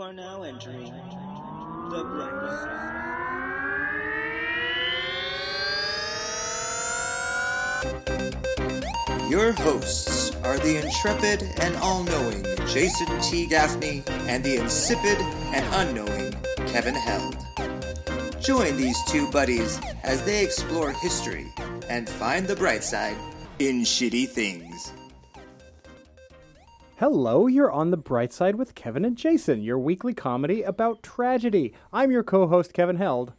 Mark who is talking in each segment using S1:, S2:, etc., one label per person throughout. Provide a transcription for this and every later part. S1: are now entering the blank.
S2: Your hosts are the intrepid and all knowing Jason T. Gaffney and the insipid and unknowing Kevin Held. Join these two buddies as they explore history and find the bright side in shitty things.
S3: Hello, you're on the bright side with Kevin and Jason, your weekly comedy about tragedy. I'm your co host, Kevin Held.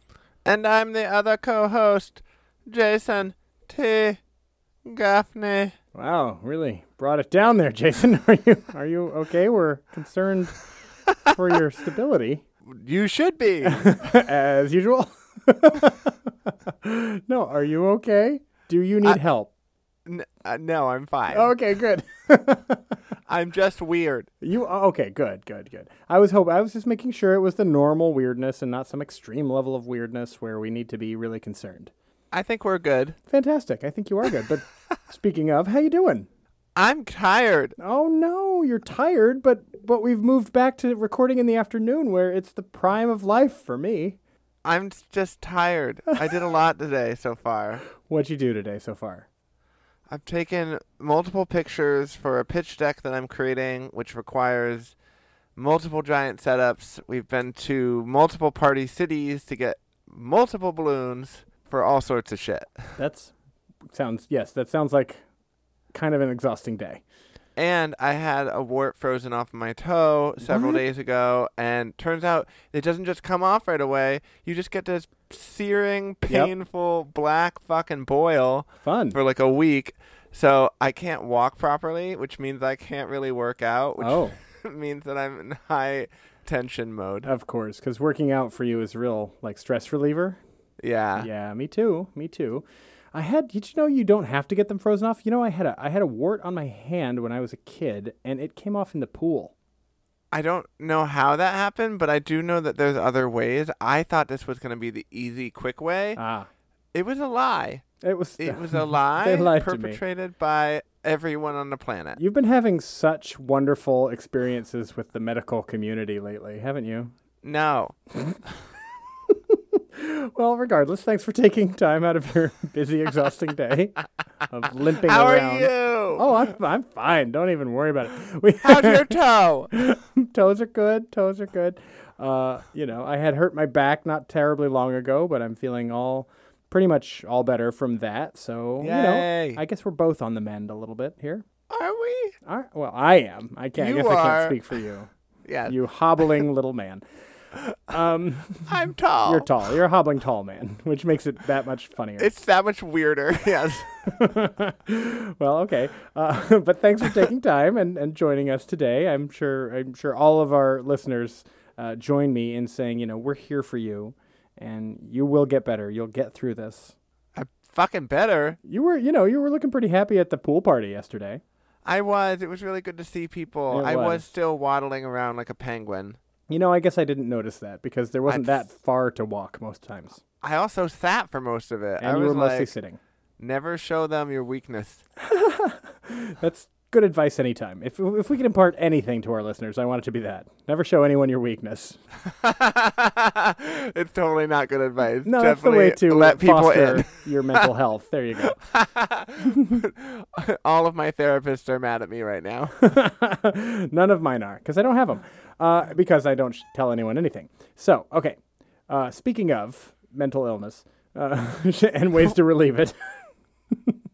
S4: And I'm the other co host, Jason T. Gaffney.
S3: Wow, really brought it down there, Jason. Are you are you okay? We're concerned for your stability.
S4: You should be.
S3: As usual. no, are you okay? Do you need help?
S4: N- uh, no, I'm fine.
S3: Okay, good.
S4: I'm just weird.
S3: You are okay? Good, good, good. I was hoping I was just making sure it was the normal weirdness and not some extreme level of weirdness where we need to be really concerned.
S4: I think we're good.
S3: Fantastic. I think you are good. But speaking of, how you doing?
S4: I'm tired.
S3: Oh no, you're tired, but but we've moved back to recording in the afternoon where it's the prime of life for me.
S4: I'm s- just tired. I did a lot today so far.
S3: What'd you do today so far?
S4: I've taken multiple pictures for a pitch deck that I'm creating, which requires multiple giant setups. We've been to multiple party cities to get multiple balloons for all sorts of shit.
S3: That's sounds yes, that sounds like kind of an exhausting day.
S4: And I had a wart frozen off my toe several days ago, and turns out it doesn't just come off right away. You just get this searing, painful black fucking boil
S3: Fun.
S4: for like a week. So I can't walk properly, which means I can't really work out, which
S3: Oh,
S4: means that I'm in high tension mode.
S3: of course, cuz working out for you is real like stress reliever.
S4: Yeah.
S3: Yeah, me too. Me too. I had. Did you know you don't have to get them frozen off? You know, I had a I had a wart on my hand when I was a kid, and it came off in the pool.
S4: I don't know how that happened, but I do know that there's other ways. I thought this was going to be the easy, quick way.
S3: Ah,
S4: It was a lie.
S3: it was.
S4: It was a lie
S3: lied to me.
S4: perpetrated by everyone on the planet.
S3: You've been having such wonderful experiences with the medical community lately, haven't you?
S4: No.
S3: Well, regardless, thanks for taking time out of your busy, exhausting day of limping
S4: How
S3: around.
S4: are you?
S3: Oh, I'm, I'm fine. Don't even worry about it. We,
S4: How's your toe?
S3: toes are good. Toes are good. Uh, you know, I had hurt my back not terribly long ago, but I'm feeling all pretty much all better from that. So, you
S4: Yay.
S3: know, I guess we're both on the mend a little bit here.
S4: Are we?
S3: All right. Well, I am. I can't.
S4: You
S3: I guess I can't
S4: are.
S3: speak for you.
S4: Yeah.
S3: You hobbling little man. Um,
S4: I'm tall.
S3: you're tall. You're a hobbling tall man, which makes it that much funnier.
S4: It's that much weirder. yes.
S3: well, okay, uh, but thanks for taking time and, and joining us today. I'm sure I'm sure all of our listeners uh, join me in saying, you know, we're here for you, and you will get better. You'll get through this.
S4: I'm fucking better.
S3: You were, you know, you were looking pretty happy at the pool party yesterday.
S4: I was. It was really good to see people.
S3: It
S4: I was.
S3: was.
S4: still waddling around like a penguin.
S3: You know, I guess I didn't notice that because there wasn't
S4: I'd-
S3: that far to walk most times,
S4: I also sat for most of it.
S3: and
S4: I
S3: you
S4: was
S3: were mostly
S4: like,
S3: sitting.
S4: never show them your weakness.
S3: That's good advice anytime. If if we can impart anything to our listeners, I want it to be that: never show anyone your weakness.
S4: it's totally not good advice.
S3: No, that's the
S4: Definitely
S3: way to
S4: let people
S3: foster
S4: in.
S3: your mental health. There you go.
S4: All of my therapists are mad at me right now.
S3: None of mine are because I don't have them. Uh, because I don't sh- tell anyone anything. So okay. Uh, speaking of mental illness uh, and ways to relieve it,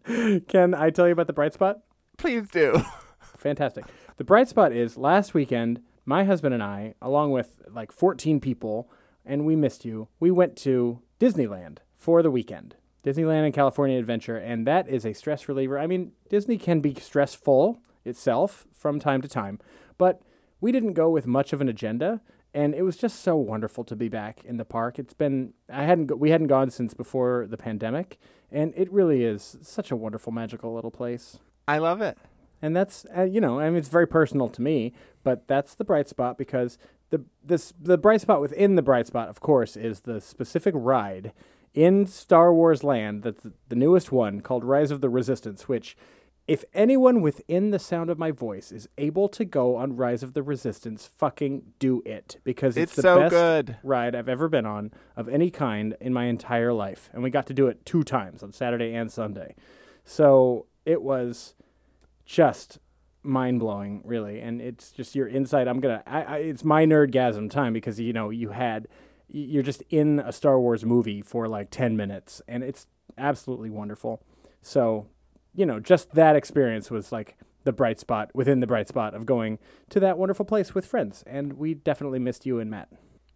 S3: can I tell you about the bright spot?
S4: Please do.
S3: Fantastic. The bright spot is last weekend, my husband and I, along with like 14 people, and we missed you, we went to Disneyland for the weekend. Disneyland and California Adventure, and that is a stress reliever. I mean, Disney can be stressful itself from time to time, but we didn't go with much of an agenda and it was just so wonderful to be back in the park it's been i hadn't go- we hadn't gone since before the pandemic and it really is such a wonderful magical little place
S4: I love it.
S3: and that's uh, you know, I mean, it's very personal to me, but that's the bright spot because the this the bright spot within the bright spot, of course, is the specific ride in Star Wars Land that's the newest one called Rise of the Resistance, which If anyone within the sound of my voice is able to go on Rise of the Resistance, fucking do it because it's,
S4: It's
S3: the
S4: so
S3: best
S4: good.
S3: ride I've ever been on of any kind in my entire life. And we got to do it two times on Saturday and Sunday. So it was just mind blowing, really. And it's just your insight. I'm gonna. I, I, it's my nerdgasm time because you know you had. y- You're just in a Star Wars movie for like ten minutes, and it's absolutely wonderful. So, you know, just that experience was like the bright spot within the bright spot of going to that wonderful place with friends. And we definitely missed you and Matt.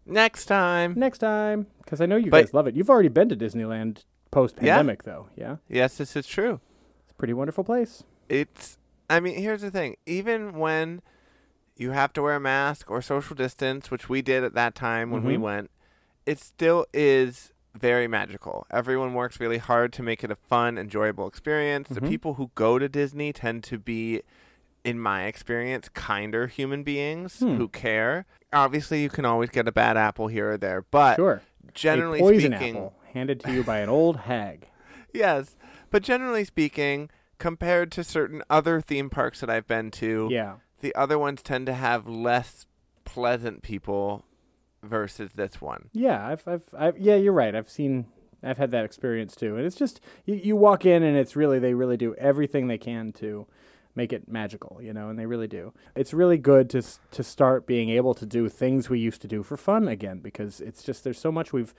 S4: Next time.
S3: Next time, because I know you
S4: But-
S3: guys love it. You've already been to Disneyland post pandemic, though. Yeah,
S4: Yes, this is true.
S3: it's a pretty wonderful place.
S4: It's. I mean, here's the thing. Even when you have to wear a mask or social distance, which we did at that time when we
S3: Mhm.
S4: went, it still is very magical. Everyone works really hard to make it a fun, enjoyable experience. The
S3: Mhm.
S4: people who go to Disney tend to be, in my experience, kinder human beings
S3: Hmm.
S4: who care. Obviously, you can always get a bad apple here or there, but
S3: Sure,
S4: generally
S3: a poison
S4: speaking,
S3: apple handed to you by an old hag.
S4: yes. But generally speaking, compared to certain other theme parks that I've been to,
S3: Yeah.
S4: the other ones tend to have less pleasant people versus this one.
S3: Yeah, I've, I've, I've, yeah, you're right. I've seen, I've had that experience too, and it's just you, you walk in and it's really they really do everything they can to make it magical, you know, and they really do. It's really good to s- to start being able to do things we used to do for fun again because it's just there's so much we've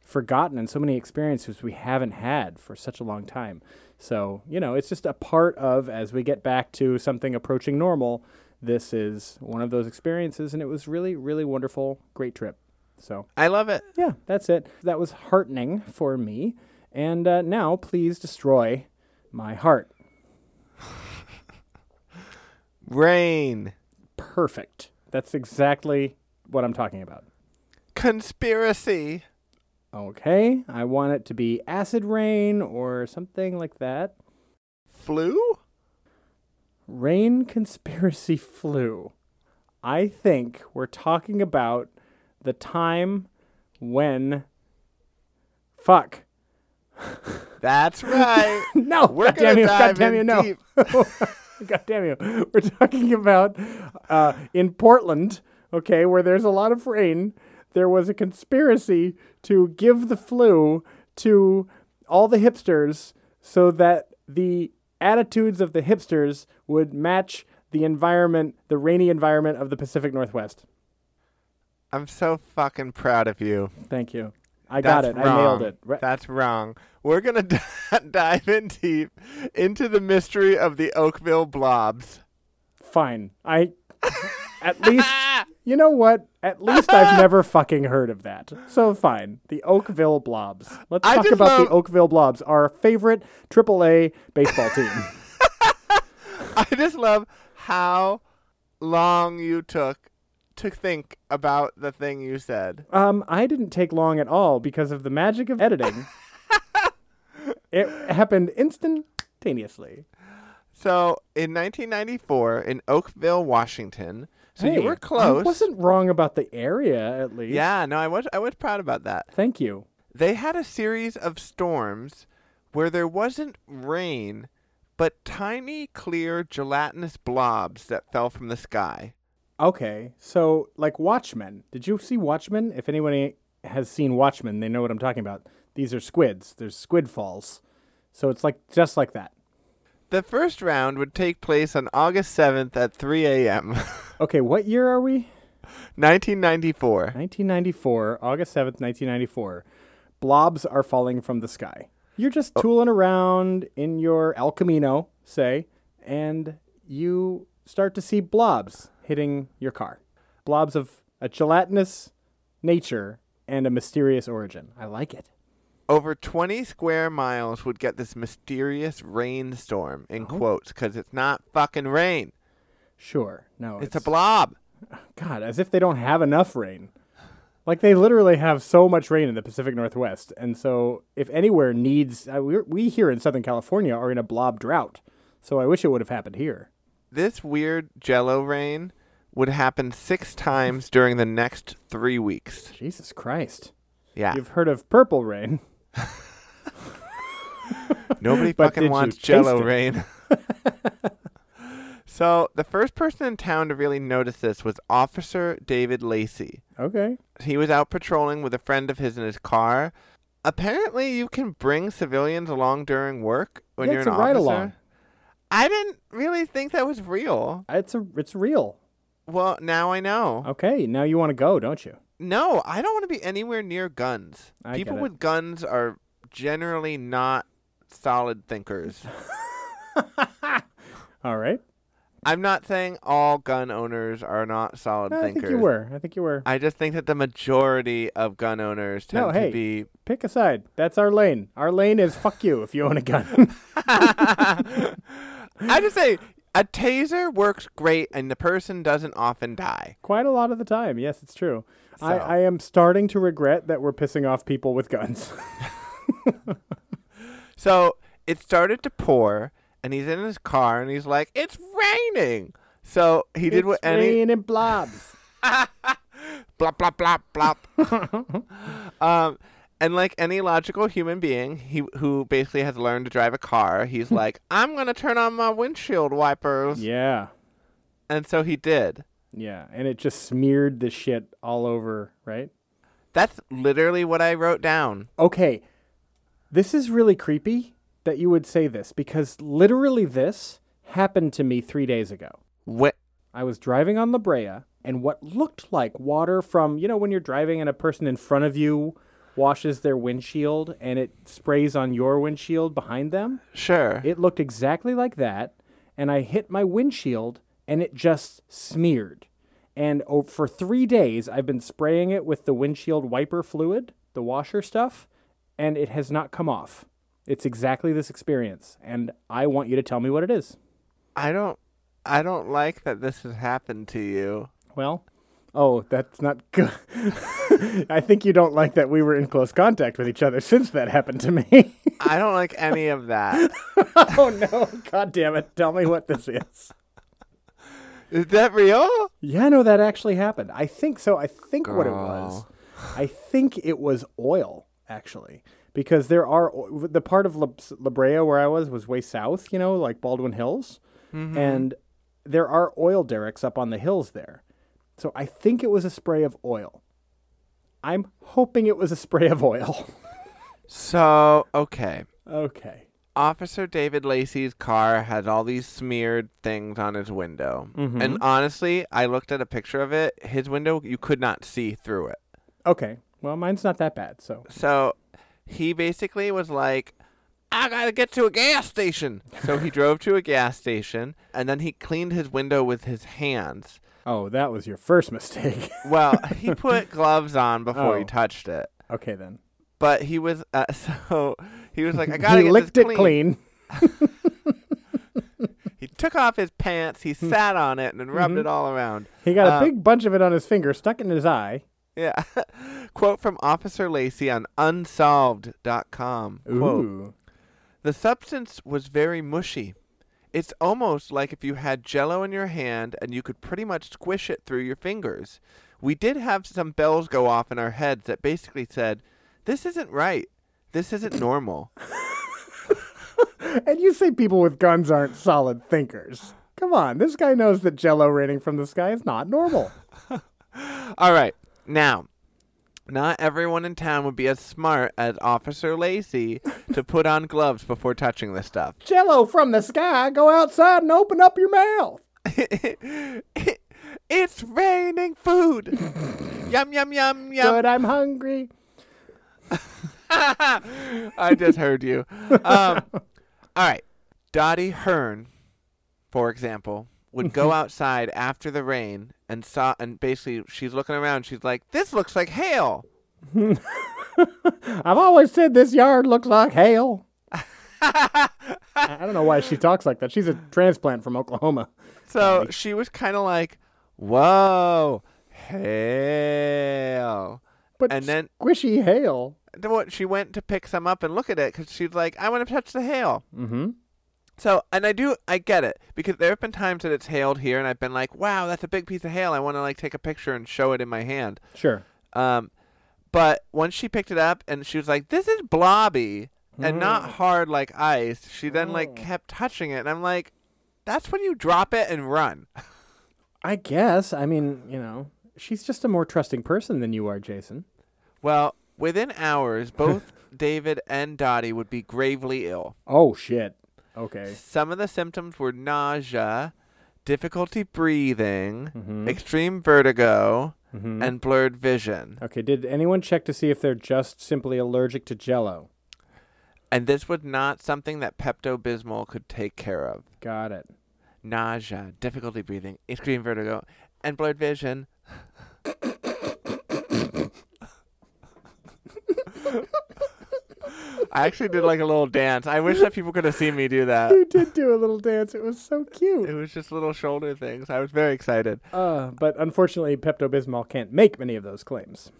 S3: forgotten and so many experiences we haven't had for such a long time. So you know, it's just a part of as we get back to something approaching normal. This is one of those experiences, and it was really, really wonderful. Great trip. So
S4: I love it.
S3: yeah, that's it. That was heartening for me. And uh, now, please destroy my heart.
S4: Rain.
S3: Perfect. That's exactly what I'm talking about.
S4: Conspiracy.
S3: Okay, I want it to be acid rain or something like that.
S4: Flu?
S3: Rain conspiracy flu. I think we're talking about the time when. Fuck.
S4: That's right.
S3: No,
S4: We're
S3: God damn
S4: gonna
S3: you,
S4: dive
S3: God damn
S4: in
S3: you, no.
S4: deep.
S3: God damn you. We're talking about uh, in Portland, okay, where there's a lot of rain, there was a conspiracy to give the flu to all the hipsters so that the attitudes of the hipsters would match the environment, the rainy environment of the Pacific Northwest.
S4: I'm so fucking proud of you.
S3: Thank you. I got
S4: That's
S3: it. I nailed
S4: wrong.
S3: it. Ra-
S4: That's wrong. We're going to dive in deep into the mystery of the Oakville blobs.
S3: Fine. I at least you know what? At least I've never fucking heard of that. So fine. The Oakville Blobs. Let's
S4: I
S3: talk
S4: just
S3: about the
S4: love-
S3: Oakville Blobs, our favorite AAA baseball team.
S4: I just love how long you took to think about the thing you said.
S3: um, I didn't take long at all because of the magic of editing. it happened instantaneously.
S4: So, in 1994, in Oakville, Washington. So
S3: Hey,
S4: you were
S3: I
S4: close.
S3: wasn't wrong about the area, at least.
S4: Yeah, no, I was. I was proud about that.
S3: Thank you.
S4: They had a series of storms where there wasn't rain, but tiny, clear, gelatinous blobs that fell from the sky.
S3: Okay, so like Watchmen. Did you see Watchmen? If anyone has seen Watchmen, they know what I'm talking about. These are squids. There's squid falls. So it's like just like that.
S4: The first round would take place on August 7th at 3 a.m.
S3: Okay, what year are we?
S4: 1994.
S3: 1994, August 7th, 1994. Blobs are falling from the sky. You're just tooling around in your El Camino, say, and you start to see blobs hitting your car. Blobs of a gelatinous nature and a mysterious origin. I like it.
S4: Over 20 square miles would get this mysterious rainstorm, in
S3: Oh.
S4: quotes, because it's not fucking rain.
S3: Sure. No.
S4: It's a blob.
S3: God, as if they don't have enough rain. Like they literally have so much rain in the Pacific Northwest, and so if anywhere needs, uh, we we here in Southern California are in a blob drought. So I wish it would have happened here.
S4: This weird jello rain would happen six times during the next three weeks.
S3: Jesus Christ!
S4: Yeah.
S3: You've heard of purple rain?
S4: Nobody
S3: But
S4: fucking
S3: did you
S4: wants
S3: taste
S4: jello
S3: it?
S4: rain. So the first person in town to really notice this was Officer David Lacey.
S3: Okay.
S4: He was out patrolling with a friend of his in his car. Apparently, you can bring civilians along during work when
S3: Yeah,
S4: you're
S3: it's
S4: an
S3: a
S4: officer.
S3: ride-along.
S4: I didn't really think that was real.
S3: It's a it's real.
S4: Well, now I know.
S3: Okay, now you want to go, don't you?
S4: No, I don't want to be anywhere near guns.
S3: I
S4: People
S3: get it.
S4: with guns are generally not solid thinkers.
S3: All right.
S4: I'm not saying all gun owners are not solid
S3: I
S4: thinkers.
S3: think you were. I think you were.
S4: I just think that the majority of gun owners tend
S3: No,
S4: to
S3: hey.
S4: be
S3: Pick a side. That's our lane. Our lane is fuck you if you own a gun.
S4: I just say a taser works great, and the person doesn't often die.
S3: Quite a lot of the time. Yes, it's true. I,
S4: So.
S3: I am starting to regret that we're pissing off people with guns.
S4: So it started to pour, and he's in his car, and he's like, "It's raining." So he did what
S3: it's
S4: any
S3: rain and blobs.
S4: blop blop blop blop. um, and like any logical human being, he who basically has learned to drive a car, he's like, "I'm gonna turn on my windshield wipers,"
S3: yeah.
S4: and so he did.
S3: Yeah. And it just smeared the shit all over, right?
S4: That's literally what I wrote down.
S3: okay, this is really creepy that you would say this because literally this happened to me three days ago.
S4: What?
S3: I was driving on La Brea, and what looked like water from, you know, when you're driving and a person in front of you washes their windshield and it sprays on your windshield behind them.
S4: Sure.
S3: It looked exactly like that, and I hit my windshield, and it just smeared. And oh, for three days, I've been spraying it with the windshield wiper fluid, the washer stuff, and it has not come off. It's exactly this experience, and I want you to tell me what it is.
S4: I don't I don't like that this has happened to you.
S3: Well, oh, that's not good. I think you don't like that we were in close contact with each other since that happened to me.
S4: I don't like any of that.
S3: oh no! God damn it! Tell me what this is.
S4: Is that real?
S3: Yeah, no, that actually happened. I think so. I think what it was,
S4: Girl.
S3: I think it was oil actually, because there are o- the part of La, La Brea where I was was way south, you know, like Baldwin Hills,
S4: Mm-hmm.
S3: and there are oil derricks up on the hills there. So I think it was a spray of oil. I'm hoping it was a spray of oil.
S4: So, okay.
S3: okay.
S4: Officer David Lacey's car had all these smeared things on his window. And honestly, I looked at a picture of it. His window, you could not see through it.
S3: Okay. Well, mine's not that bad. So
S4: So, he basically was like, I gotta get to a gas station. So, he drove to a gas station and then he cleaned his window with his hands.
S3: oh, that was your first mistake.
S4: Well, he put gloves on before he
S3: Oh.
S4: touched it.
S3: okay then.
S4: but he was uh, so he was like, I gotta
S3: he
S4: get
S3: licked
S4: this
S3: it
S4: clean.
S3: clean.
S4: He took off his pants, he sat on it, and then
S3: Mm-hmm.
S4: rubbed it all around.
S3: He got
S4: Uh,
S3: a big bunch of it on his finger, stuck in his eye.
S4: Yeah. Quote from Officer Lacey on unsolved.com. Quote,
S3: Ooh.
S4: the substance was very mushy. It's almost like if you had jello in your hand and you could pretty much squish it through your fingers. We did have some bells go off in our heads that basically said, This isn't right. This isn't normal.
S3: And you say people with guns aren't solid thinkers. Come on, this guy knows that jello raining from the sky is not normal.
S4: All right. Now, not everyone in town would be as smart as Officer Lacey to put on gloves before touching this stuff.
S3: jello from the sky, go outside and open up your mouth.
S4: it's raining food. yum, yum, yum, yum.
S3: Good, I'm hungry.
S4: I just heard you. Um, all right. Dottie Hearn, for example, would go outside after the rain and saw, and basically she's looking around. She's like, this looks like hail.
S3: I've always said this yard looks like hell. I I don't know why she talks like that. She's a transplant from Oklahoma.
S4: So she was kind of like, "Whoa, hail!"
S3: But
S4: And then-
S3: squishy hail.
S4: Then what- She went to pick some up and look at it because she's like, "I want to touch the hail."
S3: Mm-hmm.
S4: So, and I do, I get it because there have been times that it's hailed here, and I've been like, "Wow, that's a big piece of hail. I want to like take a picture and show it in my hand."
S3: Sure.
S4: Um, but once she picked it up and she was like, "This is blobby," and not hard like ice. She then like kept touching it, and I'm like, that's when you drop it and run.
S3: I guess. I mean, you know, she's just a more trusting person than you are, Jason.
S4: Well, within hours, both David and Dottie would be gravely ill.
S3: Oh shit. Okay.
S4: Some of the symptoms were nausea, difficulty breathing, extreme vertigo, and blurred vision.
S3: Okay. Did anyone check to see if they're just simply allergic to Jello?
S4: And this was not something that Pepto Bismol could take care of.
S3: Got it.
S4: Nausea, difficulty breathing, extreme vertigo, and blurred vision. I actually did like a little dance. I wish that people could have seen me do that.
S3: You did do a little dance. It was so
S4: It
S3: cute.
S4: was just little shoulder things. I was very excited.
S3: Uh, but unfortunately, Pepto Bismol can't make many of those claims.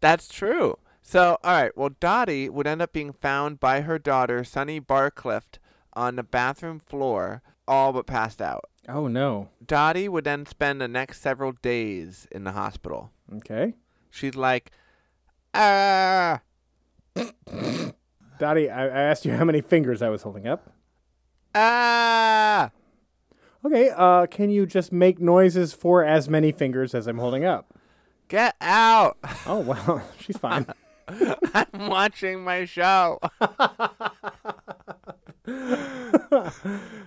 S4: That's true. So, all right. Well, Dottie would end up being found by her daughter, Sunny Barclift, on the bathroom floor, all but passed out.
S3: Oh no.
S4: Dottie would then spend the next several days in the hospital.
S3: Okay.
S4: She's like, ah,
S3: Dottie, I, I asked you how many fingers I was holding up.
S4: ah.
S3: Okay, uh, can you just make noises for as many fingers as I'm holding up?
S4: Get out.
S3: Oh, well, she's fine.
S4: I'm watching my show.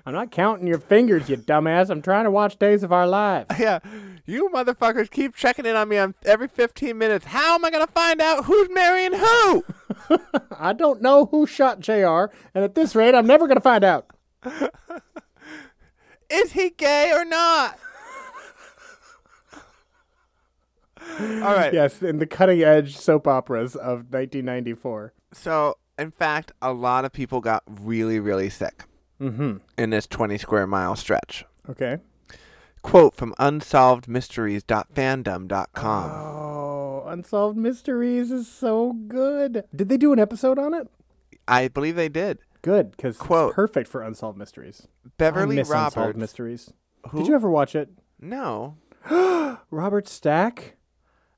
S3: I'm not counting your fingers, you dumbass. I'm trying to watch Days of Our Lives.
S4: yeah. You motherfuckers keep checking in on me on every 15 minutes. How am I going to find out who's marrying who?
S3: I don't know who shot JR, and at this rate, I'm never going to find out.
S4: Is he gay or not? All right.
S3: Yes, in the cutting edge soap operas of 1994.
S4: So, in fact, a lot of people got really, really sick in this 20 square mile stretch.
S3: Okay.
S4: Quote from unsolvedmysteries.fandom.com.
S3: Oh, Unsolved Mysteries is so good. Did they do an episode on it?
S4: I believe they did.
S3: Good, because
S4: Quote.
S3: it's perfect for Unsolved Mysteries. I
S4: Beverly
S3: miss Unsolved
S4: Roberts.
S3: Mysteries.
S4: Who?
S3: Did you ever watch it?
S4: no.
S3: Robert Stack?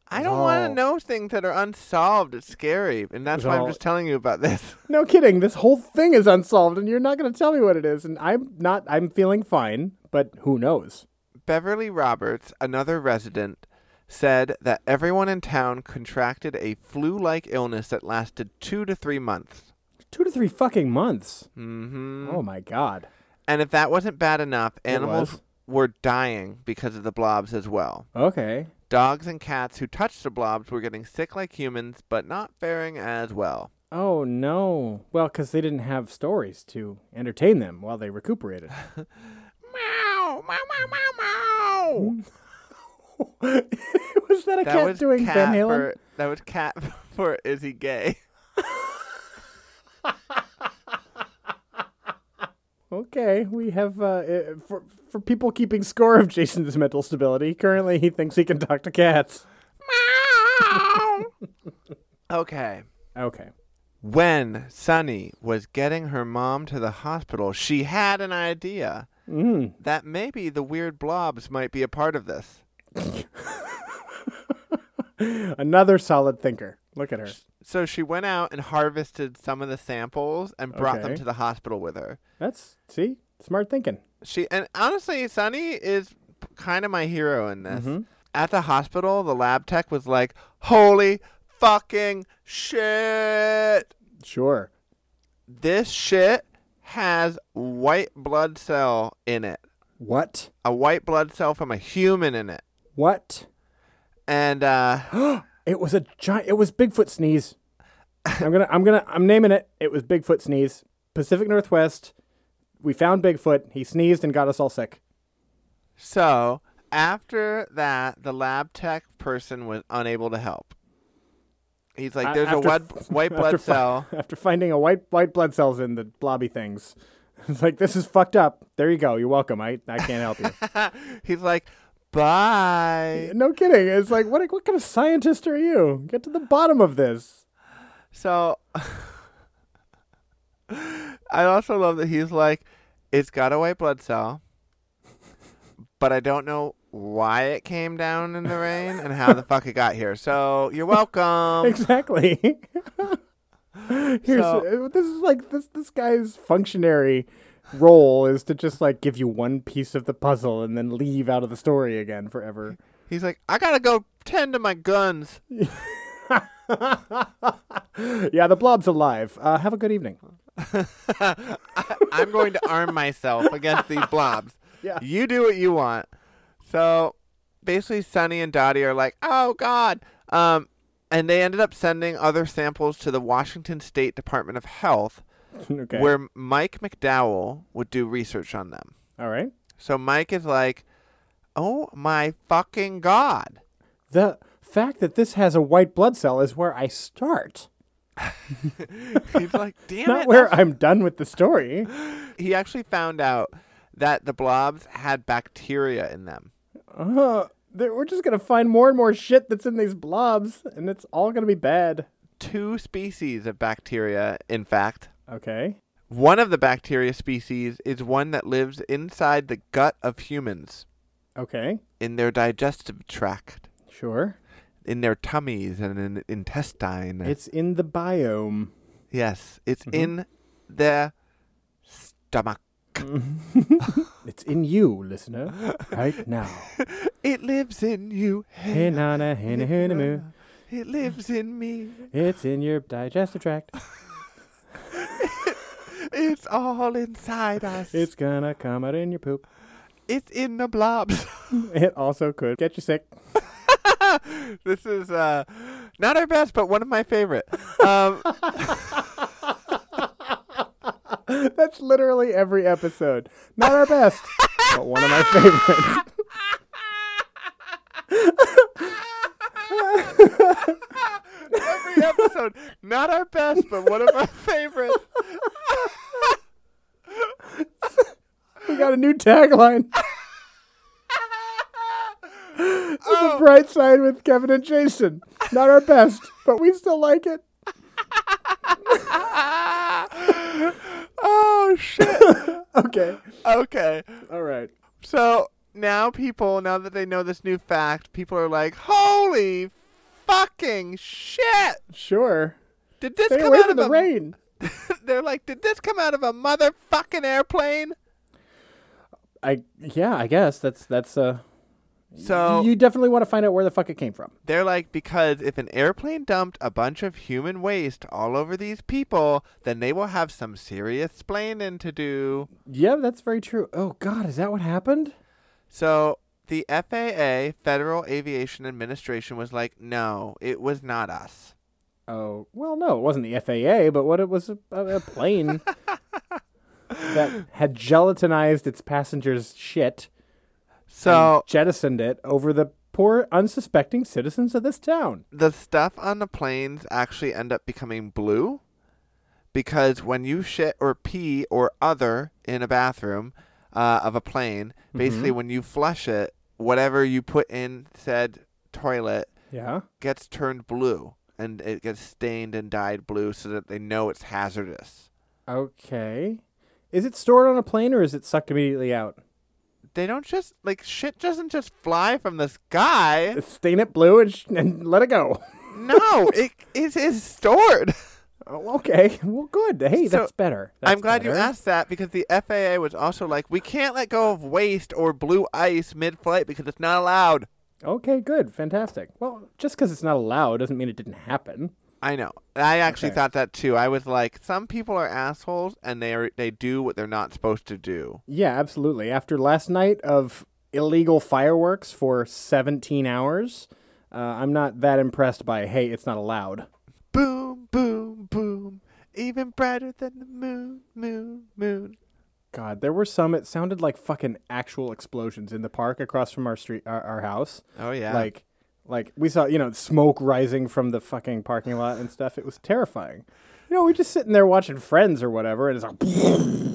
S4: I don't want
S3: No.
S4: to know things that are unsolved. It's scary. And that's
S3: It was
S4: why I'm
S3: all-
S4: just telling you about this.
S3: No kidding. This whole thing is unsolved, and you're not going to tell me what it is. And I'm not. I'm feeling fine, but who knows?
S4: Beverly Roberts, another resident, said that everyone in town contracted a flu like illness that lasted two to three months.
S3: Two to three fucking months.
S4: hmm
S3: Oh my god.
S4: And if that wasn't bad enough, animals
S3: was.
S4: were dying because of the blobs as well.
S3: Okay.
S4: Dogs and cats who touched the blobs were getting sick like humans, but not faring as well.
S3: Oh no. Well, because they didn't have stories to entertain them while they recuperated.
S4: Meow, meow, meow, meow, meow.
S3: was that a
S4: Oh. That
S3: cat
S4: was
S3: doing
S4: cat
S3: Van Halen?
S4: for that was cat for is he gay?
S3: Okay, we have uh, uh, for for people keeping score of Jason's mental stability. Currently, he thinks he can talk to cats.
S4: Meow. okay.
S3: Okay.
S4: When Sunny was getting her mom to the hospital, she had an idea
S3: Mm.
S4: that maybe the weird blobs might be a part of this.
S3: Another solid thinker. Look at her.
S4: So she went out and harvested some of the samples and brought them
S3: Okay.
S4: to the hospital with her.
S3: That's see smart thinking.
S4: She and honestly, Sunny is kind of my hero in this.
S3: Mm-hmm.
S4: At the hospital, the lab tech was like, "Holy fucking shit!
S3: Sure.
S4: This shit has white blood cell in it.
S3: What?
S4: A white blood cell from a human in it."
S3: What?
S4: And uh,
S3: It was a giant. It was Bigfoot sneeze. I'm gonna. I'm gonna. I'm naming it. It was Bigfoot sneeze. Pacific Northwest. We found Bigfoot. He sneezed and got us all sick.
S4: so after that, the lab tech person was unable to help. He's like,
S3: A-
S4: there's
S3: after-
S4: a white, white
S3: after
S4: blood
S3: fi-
S4: cell.
S3: after finding a white white blood cells in the blobby things. It's like this is fucked up. There you go. You're welcome. I I can't help you.
S4: He's like, bye.
S3: no kidding. It's like what what kind of scientist are you? Get to the bottom of this.
S4: So I also love that he's like, it's got a white blood cell, but I don't know why it came down in the rain and how the fuck it got here. So you're welcome.
S3: Exactly. Here's
S4: So-
S3: uh, this is like this this guy's functionary role is to just like give you one piece of the puzzle and then leave out of the story again forever.
S4: He's like, I gotta go tend to my guns.
S3: yeah, the blob's alive. Uh, have a good evening.
S4: I, I'm going to arm myself against these blobs.
S3: Yeah.
S4: You do what you want. So basically, Sonny and Dottie are like, oh, God. Um, and they ended up sending other samples to the Washington State Department of Health,
S3: okay.
S4: where Mike McDowell would do research on them.
S3: All right.
S4: So Mike is like, oh, my fucking God.
S3: The fact that this has a white blood cell is where I start,
S4: He's like, damn
S3: not
S4: it.
S3: where I'm done with the story.
S4: He actually found out that the blobs had bacteria in them.
S3: Uh, there- we're just gonna find more and more shit that's in these blobs, and it's all gonna be bad.
S4: two species of bacteria, in fact.
S3: Okay.
S4: One of the bacteria species is one that lives inside the gut of humans,
S3: Okay.
S4: in their digestive tract,
S3: Sure.
S4: in their tummies, and in intestine.
S3: It's in the biome.
S4: yes, it's in their stomach.
S3: It's in you, listener, right now.
S4: It lives in you.
S3: Hey, nana, hey, na, hey, na, moo.
S4: It lives in me.
S3: It's in your digestive tract.
S4: It's all inside us.
S3: It's gonna come out in your poop.
S4: it's in the blobs.
S3: It also could get you sick.
S4: this is uh, not our best, but one of my favorite. Um,
S3: That's literally every episode. Not our best, but one of my favorites.
S4: every episode. Not our best, but one of our favorites.
S3: We got a new tagline.
S4: Oh.
S3: The bright side with Kevin and Jason. Not our best, but we still like it.
S4: oh shit.
S3: Okay.
S4: Okay.
S3: All right.
S4: So now people, now that they know this new fact, people are like, "Holy fucking shit!
S3: Sure.
S4: Did this
S3: Stay
S4: come
S3: away
S4: out
S3: from
S4: of
S3: the
S4: a?"
S3: rain.
S4: They're like, "Did this come out of a motherfucking airplane?"
S3: I yeah, I guess that's that's uh
S4: So
S3: you definitely want to find out where the fuck it came from.
S4: They're like, because if an airplane dumped a bunch of human waste all over these people, then they will have some serious splaining to do.
S3: Yeah, that's very true. Oh god, is that what happened?
S4: So the FAA, Federal Aviation Administration, was like, no, it was not us.
S3: Oh, well no, it wasn't the FAA, but what it was uh, a, a, a plane that had gelatinized its passengers' shit, Oh.
S4: So
S3: jettisoned it over the poor unsuspecting citizens of this town.
S4: the stuff on the planes actually end up becoming blue because when you shit or pee or other in a bathroom uh, of a plane, basically when you flush it, whatever you put in said toilet
S3: Yeah.
S4: gets turned blue and it gets stained and dyed blue so that they know it's hazardous.
S3: Okay. Is it stored on a plane or is it sucked immediately out?
S4: They don't just like shit doesn't just fly from the sky.
S3: Stain it blue and, sh- and let it go.
S4: No, it it is stored.
S3: Oh, okay. Well, good. Hey,
S4: So,
S3: that's better.
S4: I'm
S3: That's
S4: glad you
S3: better.
S4: asked that because the FAA was also like, we can't let go of waste or blue ice mid-flight because it's not allowed.
S3: Okay, good. Fantastic. Well, just because it's not allowed doesn't mean it didn't happen.
S4: I know. I actually
S3: Okay.
S4: thought that too. I was like, some people are assholes and they are, they do what they're not supposed to do.
S3: Yeah, absolutely. After last night of illegal fireworks for 17 hours, uh, I'm not that impressed by, hey, it's not allowed.
S4: Boom, boom, boom. Even brighter than the moon, moon, moon.
S3: God, there were some, it sounded like fucking actual explosions in the park across from our street, our, our house.
S4: Oh yeah.
S3: Like, like we saw, you know, smoke rising from the fucking parking lot and stuff. It was terrifying. You know, we're just sitting there watching Friends or whatever, and it's like,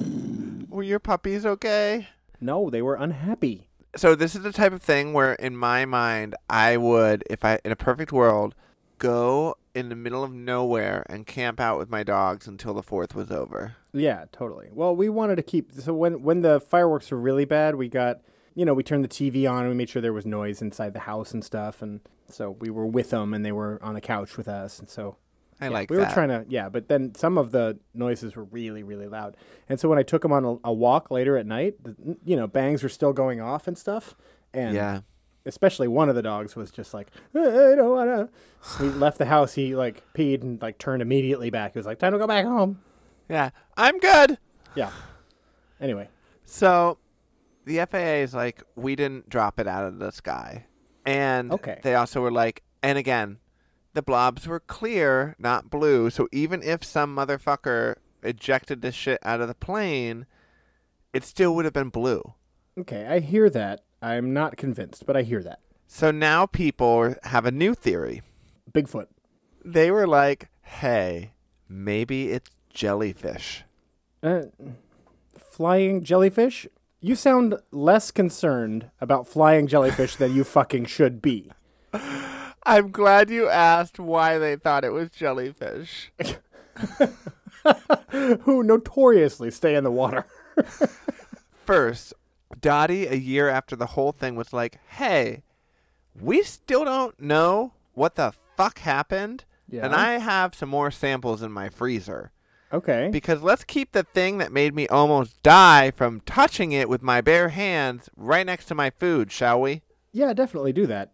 S4: were your puppies okay?
S3: no, they were unhappy.
S4: So this is the type of thing where in my mind I would if I in a perfect world go in the middle of nowhere and camp out with my dogs until the fourth was over.
S3: Yeah, totally. Well, we wanted to keep so when when the fireworks were really bad, we got you know we turned the TV on and we made sure there was noise inside the house and stuff, and so we were with them and they were on the couch with us, and so
S4: I like
S3: we
S4: that.
S3: were trying to yeah but then some of the noises were really really loud and so when i took him on a, a walk later at night the, you know bangs were still going off and stuff and
S4: Yeah.
S3: especially one of the dogs was just like "Uh, i don't wanna we left the house he like peed and like turned immediately back he was like time to go back home
S4: Yeah. I'm good.
S3: yeah anyway
S4: So the FAA is like, we didn't drop it out of the sky. And
S3: Okay.
S4: they also were like, and again, the blobs were clear, not blue. So even if some motherfucker ejected this shit out of the plane, it still would have been blue.
S3: okay i hear that i'm not convinced but i hear that
S4: So now people have a new theory.
S3: bigfoot
S4: They were like, hey, maybe it's jellyfish.
S3: Uh, flying jellyfish? You sound less concerned about flying jellyfish than you fucking should be.
S4: I'm glad you asked why they thought it was jellyfish.
S3: Who notoriously stay in the water.
S4: First, Dottie, a year after the whole thing, was like, hey, we still don't know what the fuck happened.
S3: Yeah.
S4: And I have some more samples in my freezer.
S3: okay.
S4: Because let's keep the thing that made me almost die from touching it with my bare hands right next to my food, shall we?
S3: yeah, definitely do that.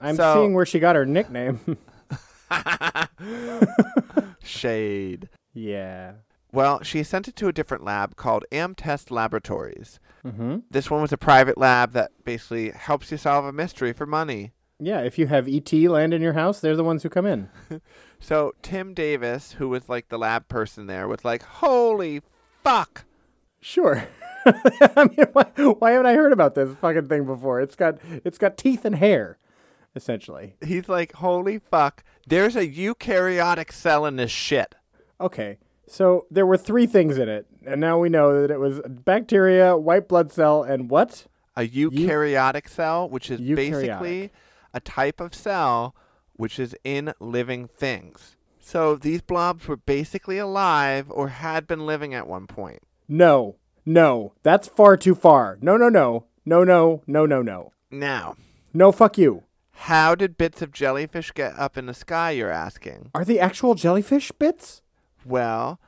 S3: I'm
S4: So-
S3: seeing where she got her nickname.
S4: Shade.
S3: yeah.
S4: Well, she sent it to a different lab called Amtest Laboratories. Mm-hmm. This one was a private lab that basically helps you solve a mystery for money.
S3: Yeah, if you have ET land in your house, they're the ones who come in.
S4: So Tim Davis, who was like the lab person there, was like, "Holy fuck!"
S3: Sure. I mean, why, why haven't I heard about this fucking thing before? It's got it's got teeth and hair, essentially.
S4: He's like, "Holy fuck!" There's a eukaryotic cell in this shit.
S3: Okay. So there were three things in it, and now we know that it was bacteria, white blood cell, and what?
S4: A eukaryotic cell, which is basically
S3: Eukaryotic.
S4: a type of cell which is in living things. So these blobs were basically alive or had been living at one point.
S3: No. No. That's far too far. No, no, no. No, no, no, no, no.
S4: Now,
S3: No, fuck you.
S4: how did bits of jellyfish get up in the sky, you're asking?
S3: Are the actual jellyfish bits?
S4: Well,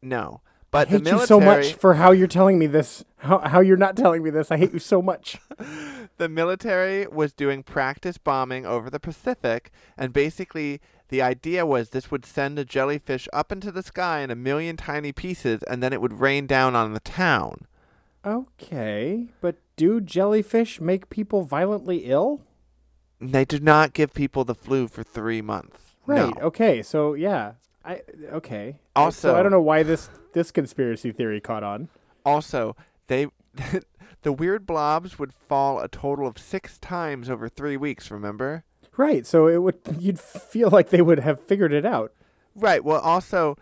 S4: no. But
S3: I hate
S4: the military
S3: you so much for how you're telling me this. How, how you're not telling me this. I hate you so much.
S4: the military was doing practice bombing over the Pacific, and basically the idea was this would send a jellyfish up into the sky in a million tiny pieces, and then it would rain down on the town.
S3: Okay, but do jellyfish make people violently ill?
S4: And They did not give people the flu for three months.
S3: Right.
S4: No.
S3: Okay. So yeah. I okay.
S4: Also-
S3: so I don't know why this this conspiracy theory caught on.
S4: Also, they the weird blobs would fall a total of six times over three weeks. Remember?
S3: Right. So it would you'd feel like they would have figured it out.
S4: Right. Well, also,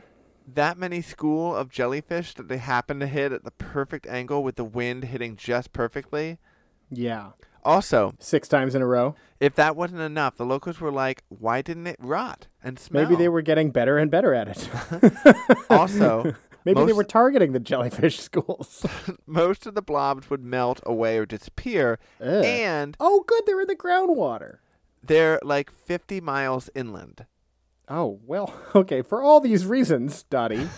S4: that many school of jellyfish that they happened to hit at the perfect angle with the wind hitting just perfectly.
S3: Yeah.
S4: Also,
S3: Six times in a row.
S4: if that wasn't enough, the locals were like, "Why didn't it rot and smell?"
S3: Maybe they were getting better and better at it.
S4: Also,
S3: Maybe they
S4: most-
S3: were targeting the jellyfish schools.
S4: most of the blobs would melt away or disappear,
S3: Ugh.
S4: and
S3: oh, good. They were in the groundwater.
S4: they're like 50 miles inland.
S3: Oh, well, okay. For all these reasons, Dottie,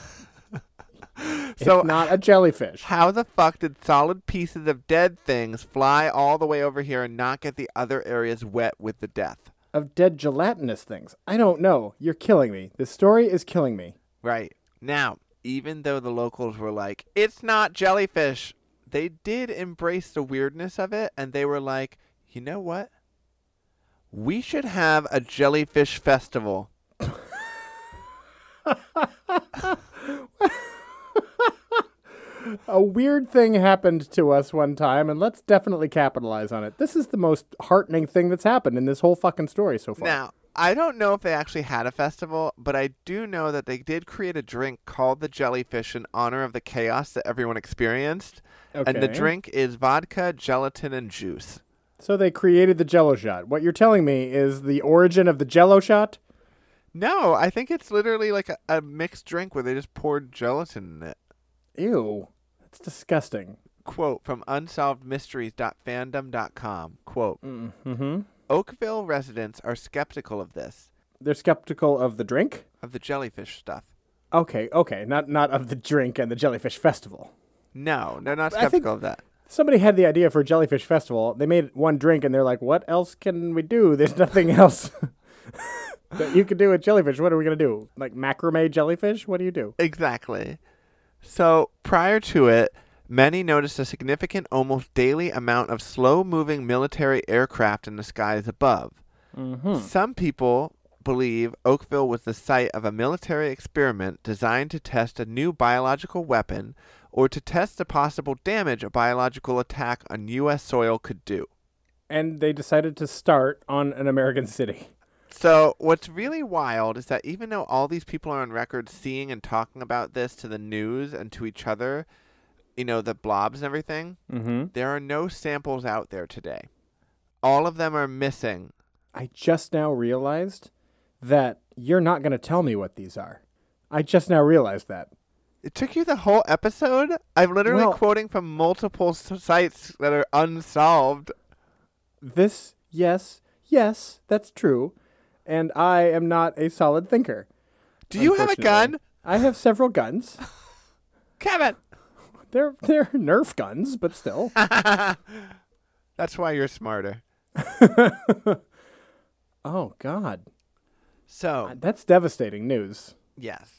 S4: So-
S3: it's not a jellyfish.
S4: How the fuck did solid pieces of dead things fly all the way over here and not get the other areas wet with the death?
S3: Of dead gelatinous things. I don't know. You're killing me. This story is killing me.
S4: Right. Now, even though the locals were like, it's not jellyfish, they did embrace the weirdness of it and they were like, you know what? We should have a jellyfish festival.
S3: A weird thing happened to us one time, and let's definitely capitalize on it. This is the most heartening thing that's happened in this whole fucking story so far.
S4: Now, I don't know if they actually had a festival, but I do know that they did create a drink called the jellyfish in honor of the chaos that everyone experienced. And the
S3: Okay.
S4: drink is vodka, gelatin, and juice.
S3: So they created the jello shot. What you're telling me is the origin of the jello shot?
S4: No, I think it's literally like a, a mixed drink where they just poured gelatin in it.
S3: Ew. That's disgusting.
S4: quote from
S3: Mm-hmm.
S4: unsolvedmysteries.fandom.com quote oakville residents are skeptical of this
S3: They're skeptical of the drink.
S4: of the jellyfish stuff.
S3: Okay, okay, not not of the drink and the jellyfish festival.
S4: No, they're not
S3: I think-
S4: skeptical of that.
S3: Somebody had the idea for a jellyfish festival. They made one drink and they're like, "What else can we do? There's nothing else that you can do with jellyfish. What are we gonna do? Like macrame jellyfish? What do you do?"
S4: Exactly. So, prior to it, many noticed a significant, almost daily amount of slow moving military aircraft in the skies above. Some people believe Oakville was the site of a military experiment designed to test a new biological weapon or to test the possible damage a biological attack on U.S. soil could do.
S3: And they decided to start on an American city.
S4: So, what's really wild is that even though all these people are on record seeing and talking about this to the news and to each other, you know, the blobs and everything,
S3: Mm-hmm.
S4: there are no samples out there today. All of them are missing.
S3: I just now realized that you're not gonna tell me what these are. I just now realized that.
S4: It took you the whole episode? I'm literally
S3: Well-
S4: quoting from multiple s- sites that are unsolved.
S3: This, yes, yes, that's true. And I am not a solid thinker.
S4: Do you have a gun?
S3: unfortunately. I have several guns.
S4: Kevin!
S3: They're they're Nerf guns, but still.
S4: That's why you're smarter.
S3: oh God,
S4: So,
S3: that's devastating news.
S4: yes.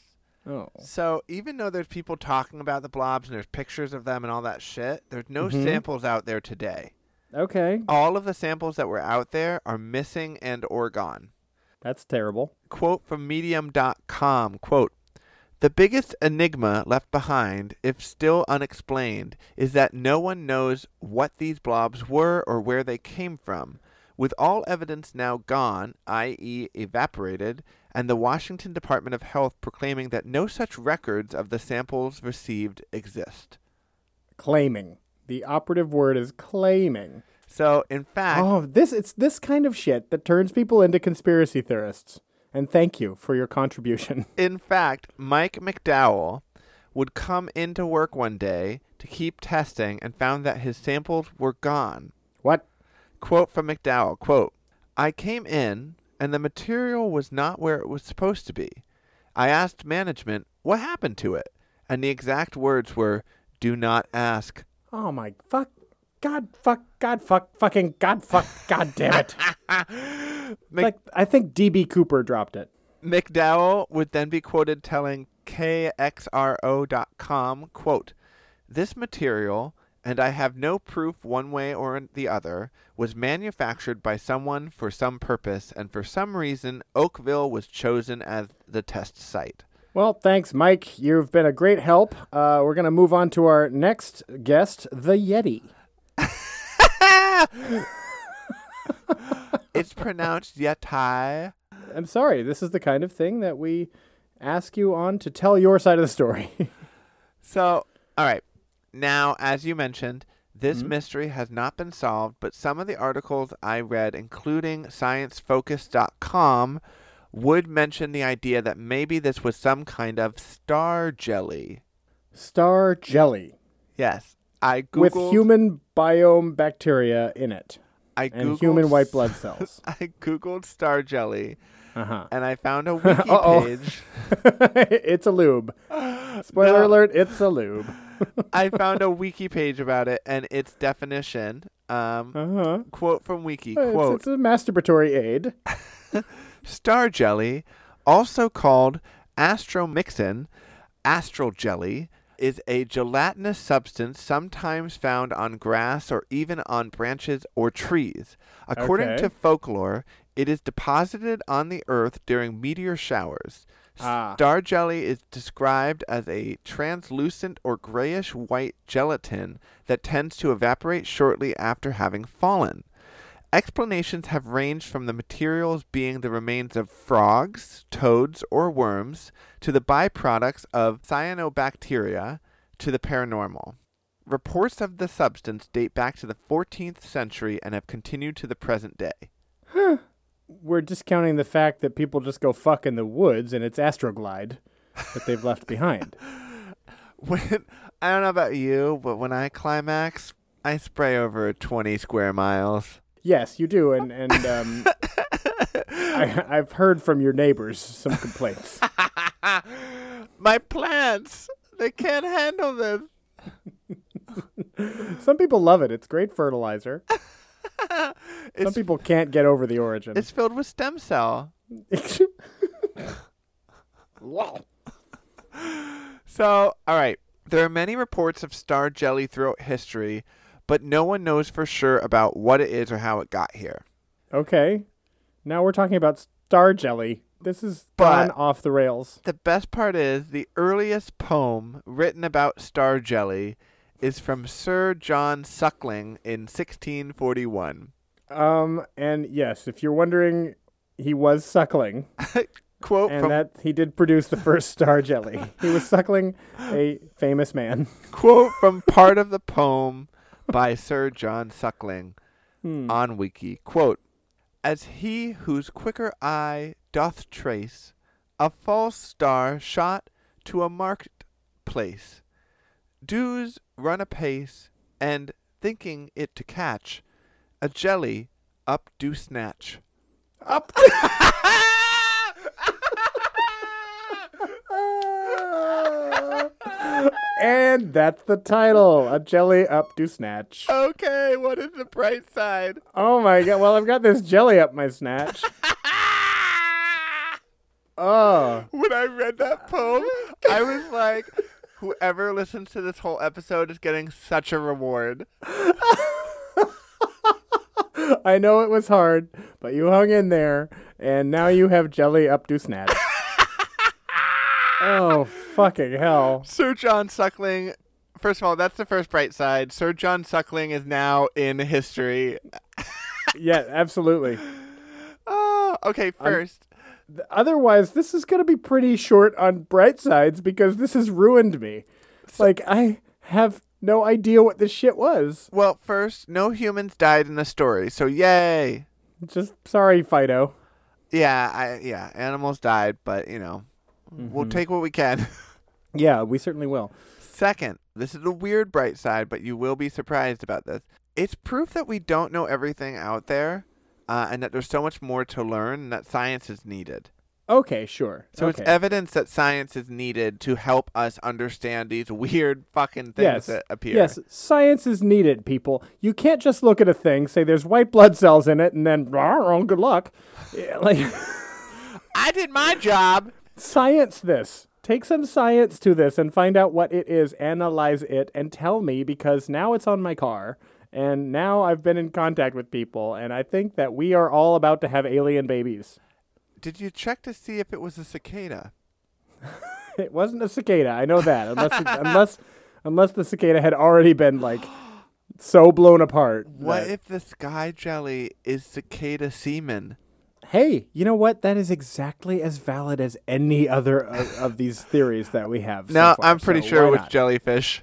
S3: Oh,
S4: So even though there's people talking about the blobs and there's pictures of them and all that shit, there's no samples out there today.
S3: okay,
S4: All of the samples that were out there are missing and or gone.
S3: that's terrible.
S4: Quote from medium.com, quote, "The biggest enigma left behind, if still unexplained, is that no one knows what these blobs were or where they came from." With all evidence now gone, i.e., evaporated, and the Washington Department of Health proclaiming that no such records of the samples received exist.
S3: Claiming the operative word is claiming.
S4: So, in fact,
S3: Oh, this it's this kind of shit that turns people into conspiracy theorists. And thank you for your contribution.
S4: in fact, Mike McDowell would come into work one day to keep testing and found that his samples were gone.
S3: what?
S4: Quote from McDowell, quote, I came in and the material was not where it was supposed to be. I asked management what happened to it, and the exact words were, do not ask.
S3: Oh my fuck! God fuck! God fuck! Fucking God fuck! God damn it!
S4: Mc-
S3: like I think DB Cooper dropped it.
S4: McDowell would then be quoted telling KXRO.com, quote, This material, and I have no proof one way or the other, was manufactured by someone for some purpose, and for some reason, Oakville was chosen as the test site.
S3: Well, thanks, Mike. You've been a great help. Uh, we're going to move on to our next guest, the Yeti.
S4: It's pronounced Yatai.
S3: I'm sorry, this is the kind of thing that we ask you on to tell your side of the story.
S4: So, all right. Now, as you mentioned, this
S3: Mm-hmm.
S4: mystery has not been solved, but some of the articles I read, including sciencefocus.com, would mention the idea that maybe this was some kind of star jelly.
S3: Star jelly
S4: Yes. I googled
S3: with human biome bacteria in it
S4: I googled,
S3: and human white
S4: s-
S3: blood cells.
S4: I googled star jelly
S3: Uh huh.
S4: and I found a wiki
S3: Uh-oh.
S4: page.
S3: it's a lube. Spoiler
S4: No.
S3: alert, it's a lube.
S4: I found a wiki page about it and its definition. Um,
S3: Uh huh.
S4: quote from wiki,
S3: It's,
S4: quote
S3: it's a masturbatory aid.
S4: Star jelly, also called astromyxin, astral jelly, is a gelatinous substance sometimes found on grass or even on branches or trees. According
S3: Okay.
S4: to folklore, it is deposited on the earth during meteor showers.
S3: Ah.
S4: Star jelly is described as a translucent or grayish white gelatin that tends to evaporate shortly after having fallen. Explanations have ranged from the materials being the remains of frogs, toads, or worms, to the byproducts of cyanobacteria, to the paranormal. Reports of the substance date back to the 14th century and have continued to the present day.
S3: We're discounting the fact that people just go fuck in the woods and it's astroglide that they've left behind.
S4: When, I don't know about you, but when I climax, I spray over 20 square miles.
S3: Yes, you do, and and um, I, I've heard from your neighbors some complaints.
S4: My plants, they can't handle this.
S3: some people love it. It's great fertilizer. Some
S4: It's,
S3: people can't get over the origin.
S4: it's filled with stem cell.
S3: wow.
S4: So, all right. There are many reports of star jelly throughout history, but no one knows for sure about what it is or how it got here.
S3: Okay. Now we're talking about star jelly. This is gone
S4: But-
S3: off the rails.
S4: The best part is the earliest poem written about star jelly is from Sir John Suckling in 1641.
S3: Um, and yes, if you're wondering, he was suckling,
S4: Quote
S3: and
S4: from
S3: that he did produce the first star jelly. He was suckling a famous man.
S4: quote from part of the poem by Sir John Suckling on Wiki. Quote As he whose quicker eye doth trace a false star shot to a marked place, dews run apace, and thinking it to catch, a jelly up do snatch.
S3: Up. and that's the title: a jelly up to snatch.
S4: Okay, what is the bright side?
S3: Oh my god! Well, I've got this jelly up my snatch.
S4: Ah!
S3: Oh,
S4: when I read that poem, I was like, whoever listens to this whole episode is getting such a reward.
S3: I know it was hard, but you hung in there, and now you have jelly up to snatch. oh fucking hell!
S4: Sir John Suckling. First of all, that's the first bright side. Sir John Suckling is now in history.
S3: Yeah, absolutely.
S4: Oh, okay, first.
S3: Otherwise, this is gonna be pretty short on bright sides because this has ruined me. Like I have no idea what this shit was.
S4: well, first, no humans died in the story, so yay.
S3: Just sorry, Fido.
S4: Yeah, I yeah, animals died, but you know, we'll take what we can.
S3: Yeah, we certainly will.
S4: Second, this is a weird bright side, but you will be surprised about this. It's proof that we don't know everything out there uh, and that there's so much more to learn and that science is needed.
S3: Okay, sure.
S4: So
S3: okay.
S4: it's evidence that science is needed to help us understand these weird fucking things
S3: Yes.
S4: that appear.
S3: Yes, science is needed, people. You can't just look at a thing, say there's white blood cells in it, and then "Rawr, oh, good luck. Yeah, Like
S4: I did my job.
S3: science this. Take some science to this and find out what it is, analyze it, and tell me because now it's on my car. And now I've been in contact with people, and I think that we are all about to have alien babies.
S4: Did you check to see if it was a cicada?
S3: It wasn't a cicada. I know that. Unless, unless, unless the cicada had already been like so blown apart.
S4: What
S3: that-
S4: if the sky jelly is cicada semen?
S3: hey, you know what? That is exactly as valid as any other of, of these theories that we have. so
S4: No,
S3: far,
S4: I'm pretty
S3: so
S4: sure
S3: why
S4: it was
S3: not?
S4: jellyfish.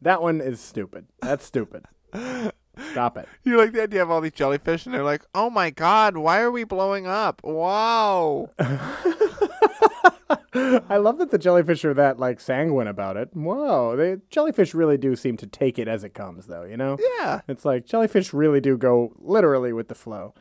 S3: that one is stupid. That's stupid. Stop it.
S4: You like the idea of all these jellyfish, and they're like, "Oh my god, why are we blowing up? Wow!"
S3: I love that the jellyfish are that like sanguine about it. Whoa, they jellyfish really do seem to take it as it comes, though. You know,
S4: yeah.
S3: it's like jellyfish really do go literally with the flow.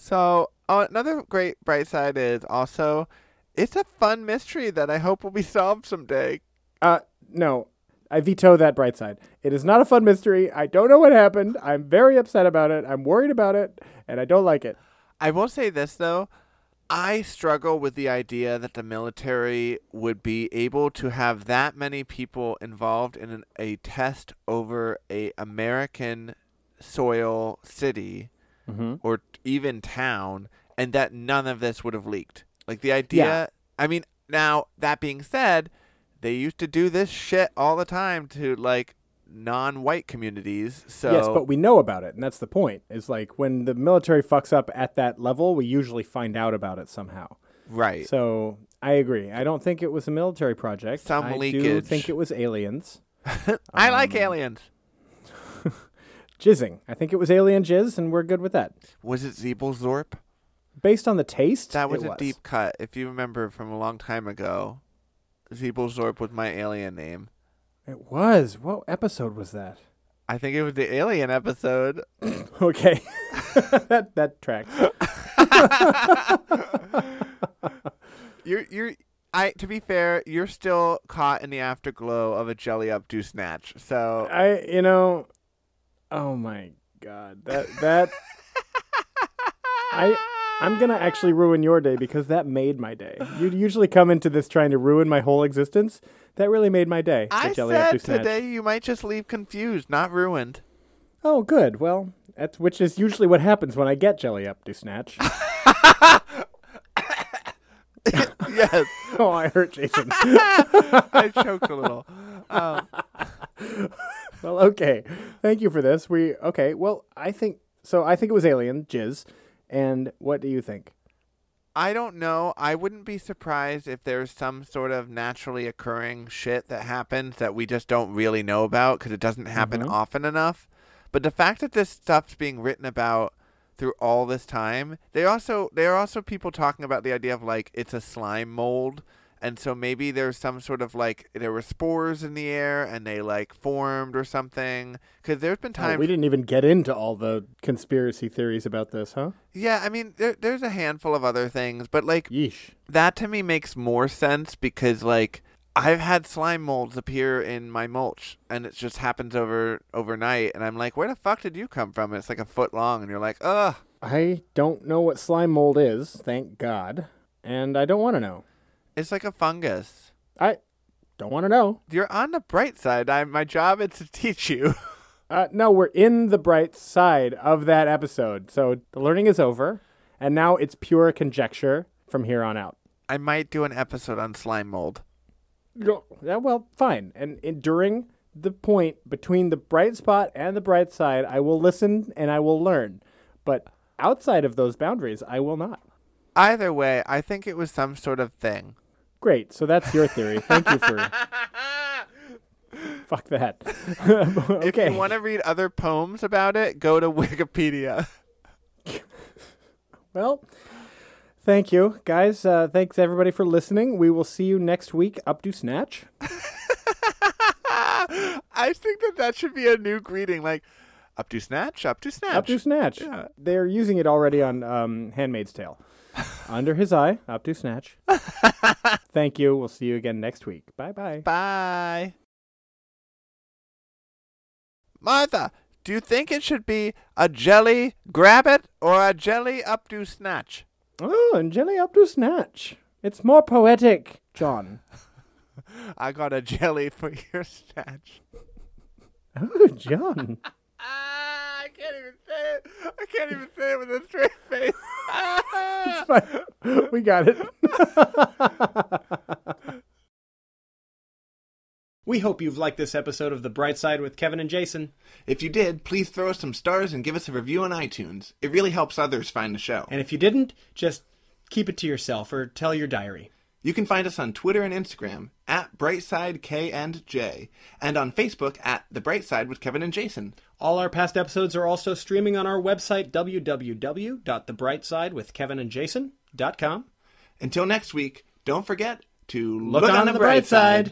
S4: So oh, another great bright side is also, it's a fun mystery that I hope will be solved someday.
S3: Uh, no, I veto that bright side. It is not a fun mystery. I don't know what happened. I'm very upset about it. I'm worried about it, and I don't like it.
S4: I will say this though, I struggle with the idea that the military would be able to have that many people involved in an, a test over a American soil city
S3: Mm-hmm.
S4: or t- even town, and that none of this would have leaked. Like the idea.
S3: Yeah.
S4: I mean, now that being said, they used to do this shit all the time to like non-white communities. So
S3: Yes, but we know about it, and that's the point. Is like when the military fucks up at that level, we usually find out about it somehow.
S4: right.
S3: So I agree. I don't think it was a military project.
S4: Some
S3: I do
S4: leakage.
S3: think it was aliens
S4: I like
S3: Um,
S4: aliens.
S3: jizzing. I think it was alien jizz, and we're good with that.
S4: Was it Zeeblezorp?
S3: Based on the taste,
S4: That was
S3: it
S4: a deep cut, if you remember from a long time ago. Zeeblezorp was my alien name.
S3: It was. What episode was that?
S4: I think it was the alien episode.
S3: Okay, that that tracks.
S4: You're you're I to be fair, you're still caught in the afterglow of a jelly up do snatch. So
S3: I you know, oh my god, that that I I'm gonna actually ruin your day because that made my day. You usually come into this trying to ruin my whole existence. That really made my day. the
S4: I
S3: Jelly Up
S4: said
S3: Do Snatch.
S4: today you might just leave confused, not ruined.
S3: Oh, good. Well, that's which is usually what happens when I get jelly up do snatch.
S4: yes,
S3: oh, I hurt Jason.
S4: I choked a little. Um,
S3: well, okay. Thank you for this. We okay. Well, I think so. I think it was Alien Jizz. And what do you think?
S4: I don't know. I wouldn't be surprised if there's some sort of naturally occurring shit that happens that we just don't really know about because it doesn't happen
S3: Mm-hmm.
S4: often enough. But the fact that this stuff's being written about through all this time, they also there are also people talking about the idea of like it's a slime mold, and so maybe there's some sort of like there were spores in the air and they like formed or something. Because there's been
S3: Oh,
S4: times
S3: we didn't even get into all the conspiracy theories about this, huh?
S4: Yeah, I mean there, there's a handful of other things, but like
S3: Yeesh.
S4: that to me makes more sense because like I've had slime molds appear in my mulch and it just happens over overnight and I'm like, where the fuck did you come from? And it's like a foot long and you're like, ugh.
S3: I don't know what slime mold is, thank God, and I don't want to know.
S4: It's like a fungus.
S3: I don't want to know.
S4: You're on the bright side. I my job is to teach you.
S3: Uh, no, we're in the bright side of that episode. So the learning is over, and now it's pure conjecture from here on out.
S4: I might do an episode on slime mold.
S3: Yeah, well, fine. And, and during the point between the bright spot and the bright side, I will listen and I will learn. But outside of those boundaries, I will not.
S4: Either way, I think it was some sort of thing.
S3: Great. So that's your theory. Thank you for. Fuck that. okay.
S4: If you want to read other poems about it, go to Wikipedia.
S3: Well, thank you, guys. Uh, thanks everybody for listening. We will see you next week. Up to snatch.
S4: I think that that should be a new greeting, like up to snatch, up to snatch.
S3: Up to snatch.
S4: Yeah.
S3: They're using it already on um, Handmaid's Tale. Under his eye. Up to snatch. thank you. We'll see you again next week. Bye bye.
S4: Bye. Martha, do you think it should be a jelly grab it or a jelly up to snatch?
S3: Oh, and jelly up to snatch. It's more poetic, John.
S4: I got a jelly for your snatch.
S3: Oh, John.
S4: Ah, I can't even say it. I can't even say it with a straight face. Ah.
S3: we got it.
S5: We hope you've liked this episode of The Bright Side with Kevin and Jason.
S6: If you did, please throw us some stars and give us a review on iTunes. It really helps others find the show.
S5: And if you didn't, just keep it to yourself or tell your diary.
S6: You can find us on Twitter and Instagram at Brightside K and J, and on Facebook at The Bright Side with Kevin and Jason.
S5: All our past episodes are also streaming on our website, www.thebrightsidewithkevinandjason.com.
S6: Until next week, don't forget to
S5: Look, on, the bright side.